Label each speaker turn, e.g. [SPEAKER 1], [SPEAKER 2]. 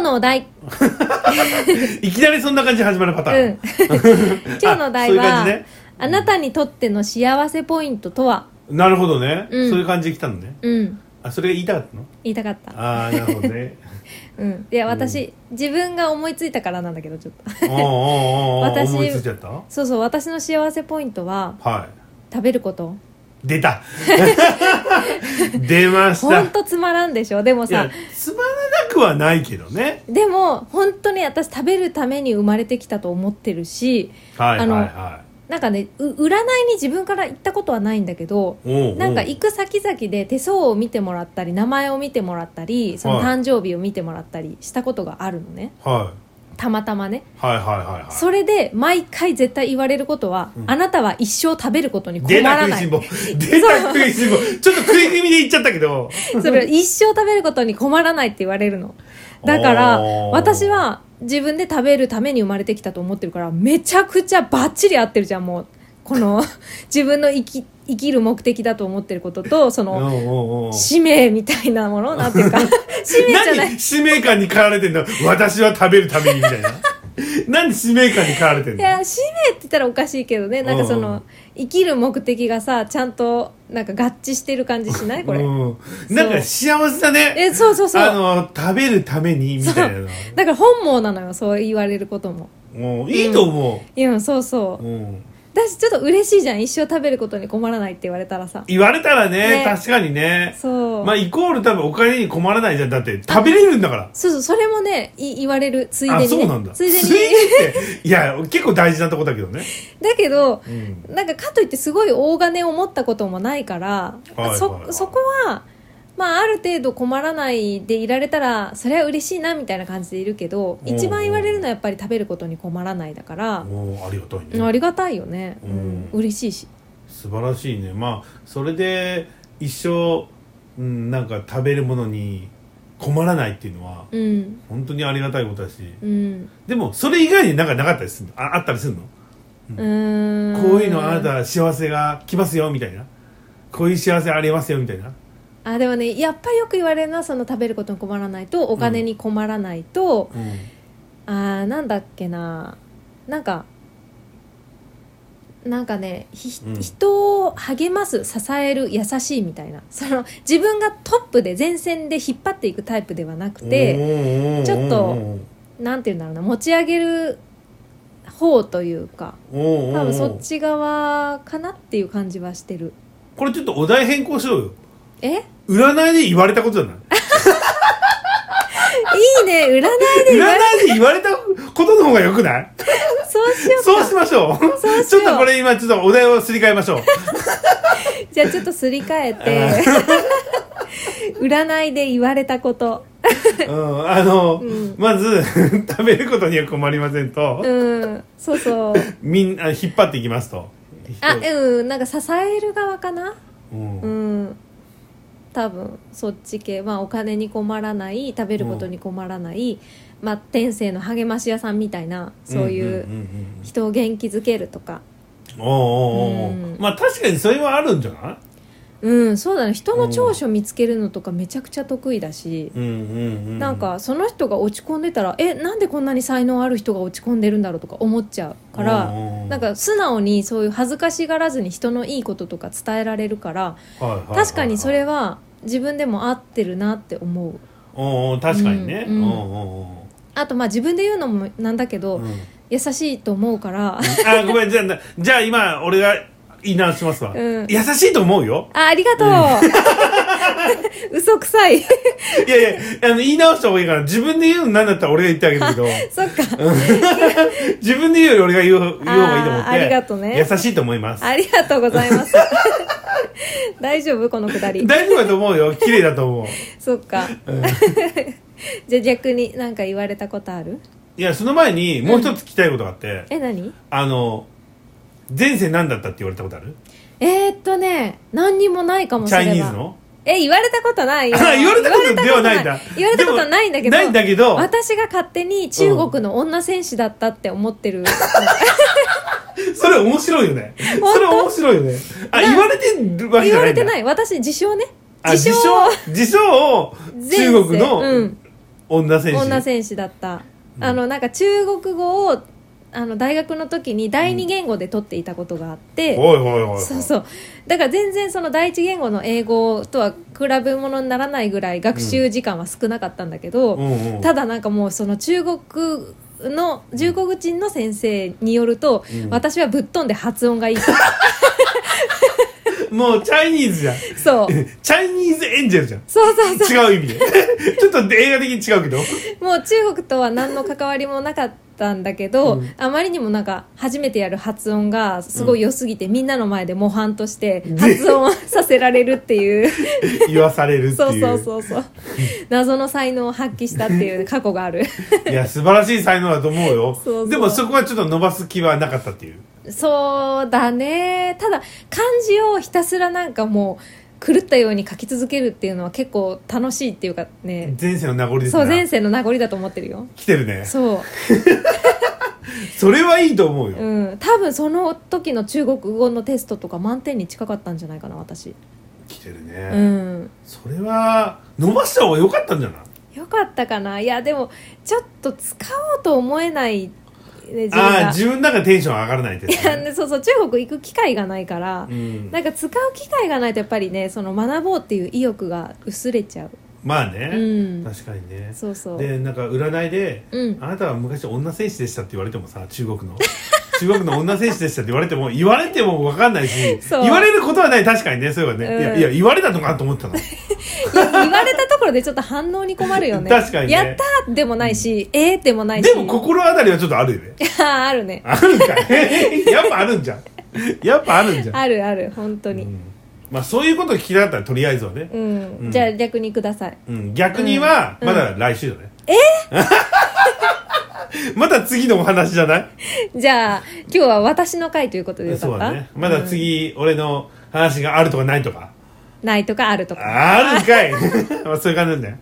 [SPEAKER 1] のお題
[SPEAKER 2] いきなりそんな感じで始まるパタ
[SPEAKER 1] う
[SPEAKER 2] ー ン
[SPEAKER 1] ん。今日のお題は
[SPEAKER 2] あそういう感じね
[SPEAKER 1] あなたにとっての幸せポイントとは
[SPEAKER 2] なるほどね、
[SPEAKER 1] うん
[SPEAKER 2] そういう感じで来たのね
[SPEAKER 1] うん
[SPEAKER 2] あそれが言いたかったの
[SPEAKER 1] 言いたかった
[SPEAKER 2] ああなるほ どね
[SPEAKER 1] うんいや私、自分が思いついたからなんだけどちょっと
[SPEAKER 2] おーおーおーおー
[SPEAKER 1] 私
[SPEAKER 2] 思いついちゃった
[SPEAKER 1] そうそう私の幸せポイントは
[SPEAKER 2] は
[SPEAKER 1] 食べること
[SPEAKER 2] い 出た出まし
[SPEAKER 1] ほん
[SPEAKER 2] た
[SPEAKER 1] とつまらんでしょでも
[SPEAKER 2] いや
[SPEAKER 1] さ
[SPEAKER 2] つまらなくはないけどね
[SPEAKER 1] でも本当に私食べるために生まれてきたと思ってるし
[SPEAKER 2] はいは
[SPEAKER 1] あ
[SPEAKER 2] い
[SPEAKER 1] の
[SPEAKER 2] は
[SPEAKER 1] なんかねう占いに自分から行ったことはないんだけど
[SPEAKER 2] いおうおう
[SPEAKER 1] なんか行く先々で手相を見てもらったり名前を見てもらったりその
[SPEAKER 2] はい
[SPEAKER 1] 誕生日を見てもらったりしたことがあるのね
[SPEAKER 2] は
[SPEAKER 1] たまたまね
[SPEAKER 2] いはいはいはいはい
[SPEAKER 1] それで毎回絶対言われることは、
[SPEAKER 2] うん
[SPEAKER 1] あなたは一生食べることに困
[SPEAKER 2] 出た
[SPEAKER 1] ら
[SPEAKER 2] 食い
[SPEAKER 1] な
[SPEAKER 2] し
[SPEAKER 1] い
[SPEAKER 2] ん坊出た食いしん坊ちょっと食い気味で言っちゃった けど
[SPEAKER 1] それ一生食べることに困らないって言われる のだから
[SPEAKER 2] おー
[SPEAKER 1] 私は自分で食べるために生まれてきたと思ってるからめちゃくちゃバッチリ合ってるじゃんもうこ の自分の生き生きる目的だと思ってることとそ
[SPEAKER 2] おう
[SPEAKER 1] の
[SPEAKER 2] おうおう
[SPEAKER 1] 使命みたいなもの なんていうか使命じゃない
[SPEAKER 2] 何使命感に駆られてんの私は食べるためにみた いな何使命感に駆られてん
[SPEAKER 1] い
[SPEAKER 2] の
[SPEAKER 1] や使命って言ったらおかしいけどねなんかその、
[SPEAKER 2] うんうん
[SPEAKER 1] 生きる目的がさちゃんとなんか合致してる感じしないこれ、
[SPEAKER 2] うん、なんか幸せだね
[SPEAKER 1] えそうそうそう
[SPEAKER 2] あの食べるためにみたいな
[SPEAKER 1] だから本望なのよそう言われることも
[SPEAKER 2] うんいいと思、
[SPEAKER 1] いやそうそうう
[SPEAKER 2] うん、
[SPEAKER 1] だしちょっと嬉しいじゃん一生食べることに困らないって言われたらさ
[SPEAKER 2] 言われたら
[SPEAKER 1] ね
[SPEAKER 2] ね確かにね
[SPEAKER 1] そう、
[SPEAKER 2] まあイコール多分お金に困らないじゃんだって食べれるんだから
[SPEAKER 1] そうそうそれもねい言われるついで
[SPEAKER 2] あ
[SPEAKER 1] に、
[SPEAKER 2] そう
[SPEAKER 1] ね
[SPEAKER 2] なんだ、
[SPEAKER 1] ついでに
[SPEAKER 2] ついでにっていや結構大事なとこだけどね、
[SPEAKER 1] だけど
[SPEAKER 2] うん、
[SPEAKER 1] なんかかといってすごい大金を持ったこともないから、
[SPEAKER 2] はいはいはい
[SPEAKER 1] そそこは、まあ、ある程度困らないでいられたらそれは嬉しいなみたいな感じでいるけど
[SPEAKER 2] うん
[SPEAKER 1] 一番言われるのはやっぱり食べることに困らないだから、
[SPEAKER 2] おーありがたいね
[SPEAKER 1] うんありがたいよね、う
[SPEAKER 2] うんん、
[SPEAKER 1] 嬉しいし
[SPEAKER 2] 素晴らしいねまあそれで一生、うん、なんか食べるものに困らないっていうのは
[SPEAKER 1] うん
[SPEAKER 2] 本当にありがたいことだし
[SPEAKER 1] うん
[SPEAKER 2] でもそれ以外になんかなかったりするのああったりするの、
[SPEAKER 1] うーん
[SPEAKER 2] こういうのあなたは幸せが来ますよみたいなこういう幸せありますよみた いな
[SPEAKER 1] あでもねやっぱりよく言われるのはその食べることに困らないとお金に困らないと、
[SPEAKER 2] うん
[SPEAKER 1] あーなんだっけななんかなんかねひ、
[SPEAKER 2] うん
[SPEAKER 1] 人を励ます支える優しいみたいなその自分がトップで前線で引っ張っていくタイプではなくて
[SPEAKER 2] で
[SPEAKER 1] ちょっとなんて言うんだろうな持ち上げる方というか
[SPEAKER 2] 多
[SPEAKER 1] 多分そっち側かなっていう感じはしてる
[SPEAKER 2] これちょっとお題変更しようよ
[SPEAKER 1] えい
[SPEAKER 2] 占いで言われたことじゃない
[SPEAKER 1] いね占いで言われ
[SPEAKER 2] 占いで言われたことの方がよくない
[SPEAKER 1] そうしよう
[SPEAKER 2] そうしましょう。
[SPEAKER 1] そうし
[SPEAKER 2] ち
[SPEAKER 1] よ
[SPEAKER 2] ょ
[SPEAKER 1] う
[SPEAKER 2] っとこれ今ちょっとお題をすり替えましょう。
[SPEAKER 1] じゃあちょっとすり替えて 占いで言われたこと
[SPEAKER 2] うん、あの、
[SPEAKER 1] うん
[SPEAKER 2] まず 食べることには困りませんと、
[SPEAKER 1] うんそうそう
[SPEAKER 2] みんな引っ張っていきますと。
[SPEAKER 1] あうんなんか支える側かな
[SPEAKER 2] うん
[SPEAKER 1] う。ん多分そっち系まあお金に困らない食べることに困らない、まあ天性の励まし屋さんみたいなそうい
[SPEAKER 2] んん
[SPEAKER 1] う
[SPEAKER 2] うん
[SPEAKER 1] 人を元気づけるとか
[SPEAKER 2] うんおうおうおうおう
[SPEAKER 1] うん
[SPEAKER 2] まあ確かにそれはあるんじゃない
[SPEAKER 1] うんそうだね人の長所見つけるのとかめちゃくちゃ得意だし、
[SPEAKER 2] うんうんうん。
[SPEAKER 1] なんかその人が落ち込んでたらえなんでこんなに才能ある人が落ち込んでるんだろうとか思っちゃうから、
[SPEAKER 2] うんうん
[SPEAKER 1] なんか素直にそういう恥ずかしがらずに人のいいこととか伝えられるから
[SPEAKER 2] はいはいはいはい、
[SPEAKER 1] 確かにそれは自分でも合ってるなって思う
[SPEAKER 2] おうおう確かにね。
[SPEAKER 1] う
[SPEAKER 2] うん
[SPEAKER 1] う
[SPEAKER 2] んうんんうん
[SPEAKER 1] あとまあ自分で言うのもなんだけど、
[SPEAKER 2] うん
[SPEAKER 1] 優しいと思うから、
[SPEAKER 2] あごめんじゃあなじゃあ今俺が言い直しますわ、
[SPEAKER 1] うん
[SPEAKER 2] 優しいと思うよ
[SPEAKER 1] あありがとう、 嘘くさ い
[SPEAKER 2] いやいやあの言い直した方がいいから自分で言うのなんだったら俺が言ってあげるけど
[SPEAKER 1] そっか
[SPEAKER 2] 自分で言うより俺が言う言う方がいいと思って
[SPEAKER 1] あーありがとね
[SPEAKER 2] 優しいと思います
[SPEAKER 1] ありがとうございます 大丈夫このくだり
[SPEAKER 2] 大丈夫だと思 うよ綺麗だと思う
[SPEAKER 1] そっか、 じゃあ逆に何か言われたことある
[SPEAKER 2] いやその前にもう一つ聞きたいことがあって、
[SPEAKER 1] え何
[SPEAKER 2] あの前世何だったって言われたことある
[SPEAKER 1] えー、っとね何にもないかもし
[SPEAKER 2] チ
[SPEAKER 1] れな
[SPEAKER 2] ャ
[SPEAKER 1] い
[SPEAKER 2] イニーズの
[SPEAKER 1] え言われたことないよ
[SPEAKER 2] あ言われたことではないんだ
[SPEAKER 1] 言われたことないんだけど
[SPEAKER 2] ないんだけど
[SPEAKER 1] 私が勝手に中国の女戦士だったって思ってる、
[SPEAKER 2] それ面白いよね
[SPEAKER 1] 当
[SPEAKER 2] それ面白いよねあ言われてるわ
[SPEAKER 1] 言
[SPEAKER 2] けじゃ
[SPEAKER 1] わ
[SPEAKER 2] な
[SPEAKER 1] れ
[SPEAKER 2] いんだ
[SPEAKER 1] てない私自称ね
[SPEAKER 2] あ自称自称を
[SPEAKER 1] 前世
[SPEAKER 2] 中国の、
[SPEAKER 1] うん
[SPEAKER 2] 女選手
[SPEAKER 1] 女選手だった、
[SPEAKER 2] うん
[SPEAKER 1] あのなんか中国語をあの大学の時に第二言語で取っていたことがあって、
[SPEAKER 2] おいおいおい
[SPEAKER 1] そうそうだから全然その第一言語の英語とは比べ物にならないぐらい学習時間は少なかったんだけど、
[SPEAKER 2] うんうん、
[SPEAKER 1] た
[SPEAKER 2] だ、
[SPEAKER 1] だなんかもうその中国の中国人の先生によると、
[SPEAKER 2] うん
[SPEAKER 1] 私はぶっ飛んで発音がい いと
[SPEAKER 2] もうチャイニーズじゃん チ
[SPEAKER 1] そう
[SPEAKER 2] ャイニーズエンジェルじゃん
[SPEAKER 1] そうそうそ
[SPEAKER 2] 違う意味で ちょっと映画的に違う けど
[SPEAKER 1] うもう中国とは何の関わりもなかったんだけど、
[SPEAKER 2] うん
[SPEAKER 1] あまりにもなんか初めてやる発音がすごい良すぎて、みんなの前で模範として発音をさせられるっていう
[SPEAKER 2] 言わされるっていう
[SPEAKER 1] そうそうそうそう謎の才能を発揮したっていう過去が ある
[SPEAKER 2] いや素晴らしい才能だと思うよ
[SPEAKER 1] そうそう
[SPEAKER 2] でもそこはちょっと伸ばす気はなかったっていう
[SPEAKER 1] そうだねただ漢字をひたすらなんかもう狂ったように書き続けるっていうのは結構楽しいっていうかね
[SPEAKER 2] 前世の名残です
[SPEAKER 1] そ
[SPEAKER 2] ね
[SPEAKER 1] う前世の名残だと思ってる よ
[SPEAKER 2] 来てるね
[SPEAKER 1] そ
[SPEAKER 2] それはいいと思うよ、
[SPEAKER 1] う、うん、多分その時の中国語のテストとか満点に近かったんじゃないかな私
[SPEAKER 2] 来てる
[SPEAKER 1] う
[SPEAKER 2] ね、
[SPEAKER 1] ん
[SPEAKER 2] それは伸ばした方が良かったんじゃない
[SPEAKER 1] よかったかないやでもちょっと使おうと思えない、ね、自分
[SPEAKER 2] ああ
[SPEAKER 1] が
[SPEAKER 2] ー自分の中でテンション上がらないって
[SPEAKER 1] い やねそうそう中国行く機会がないから
[SPEAKER 2] う、ん、
[SPEAKER 1] なんか使う機会がないとやっぱりねその学ぼうっていう意欲が薄れちゃう
[SPEAKER 2] まあね、
[SPEAKER 1] うん
[SPEAKER 2] 確かにね
[SPEAKER 1] そうそう
[SPEAKER 2] でなんか占いで、
[SPEAKER 1] うん
[SPEAKER 2] あなたは昔女選手でした」って言われてもさ中国の 中国の女選手でしたって言われても言われても分かんないし
[SPEAKER 1] そう
[SPEAKER 2] 言われることはない確かにねそういえばね、
[SPEAKER 1] うん
[SPEAKER 2] いやいや言われたのかなと思ってたの
[SPEAKER 1] 言われたところでちょっと反応に困るよね
[SPEAKER 2] 確かにね
[SPEAKER 1] やったーでもないし、えーでもないし
[SPEAKER 2] でも心当たりはちょっとあるよね
[SPEAKER 1] あるね
[SPEAKER 2] あるんかいやっぱある んじゃんやっぱあるんじゃん
[SPEAKER 1] あるある本当
[SPEAKER 2] う
[SPEAKER 1] に
[SPEAKER 2] んまあそういうこと聞きたかったらとりあえずはね、
[SPEAKER 1] うん、
[SPEAKER 2] うん
[SPEAKER 1] じゃあ逆にください
[SPEAKER 2] うん、逆には
[SPEAKER 1] うん
[SPEAKER 2] まだ来週だね、え また次のお話じゃない
[SPEAKER 1] じゃあ今日は私の回ということでよか
[SPEAKER 2] そ
[SPEAKER 1] っ
[SPEAKER 2] う
[SPEAKER 1] た
[SPEAKER 2] だねまだ次、俺の話があるとかないとか
[SPEAKER 1] ないとかあるとか
[SPEAKER 2] あるんかいまあそういう感じなんだよ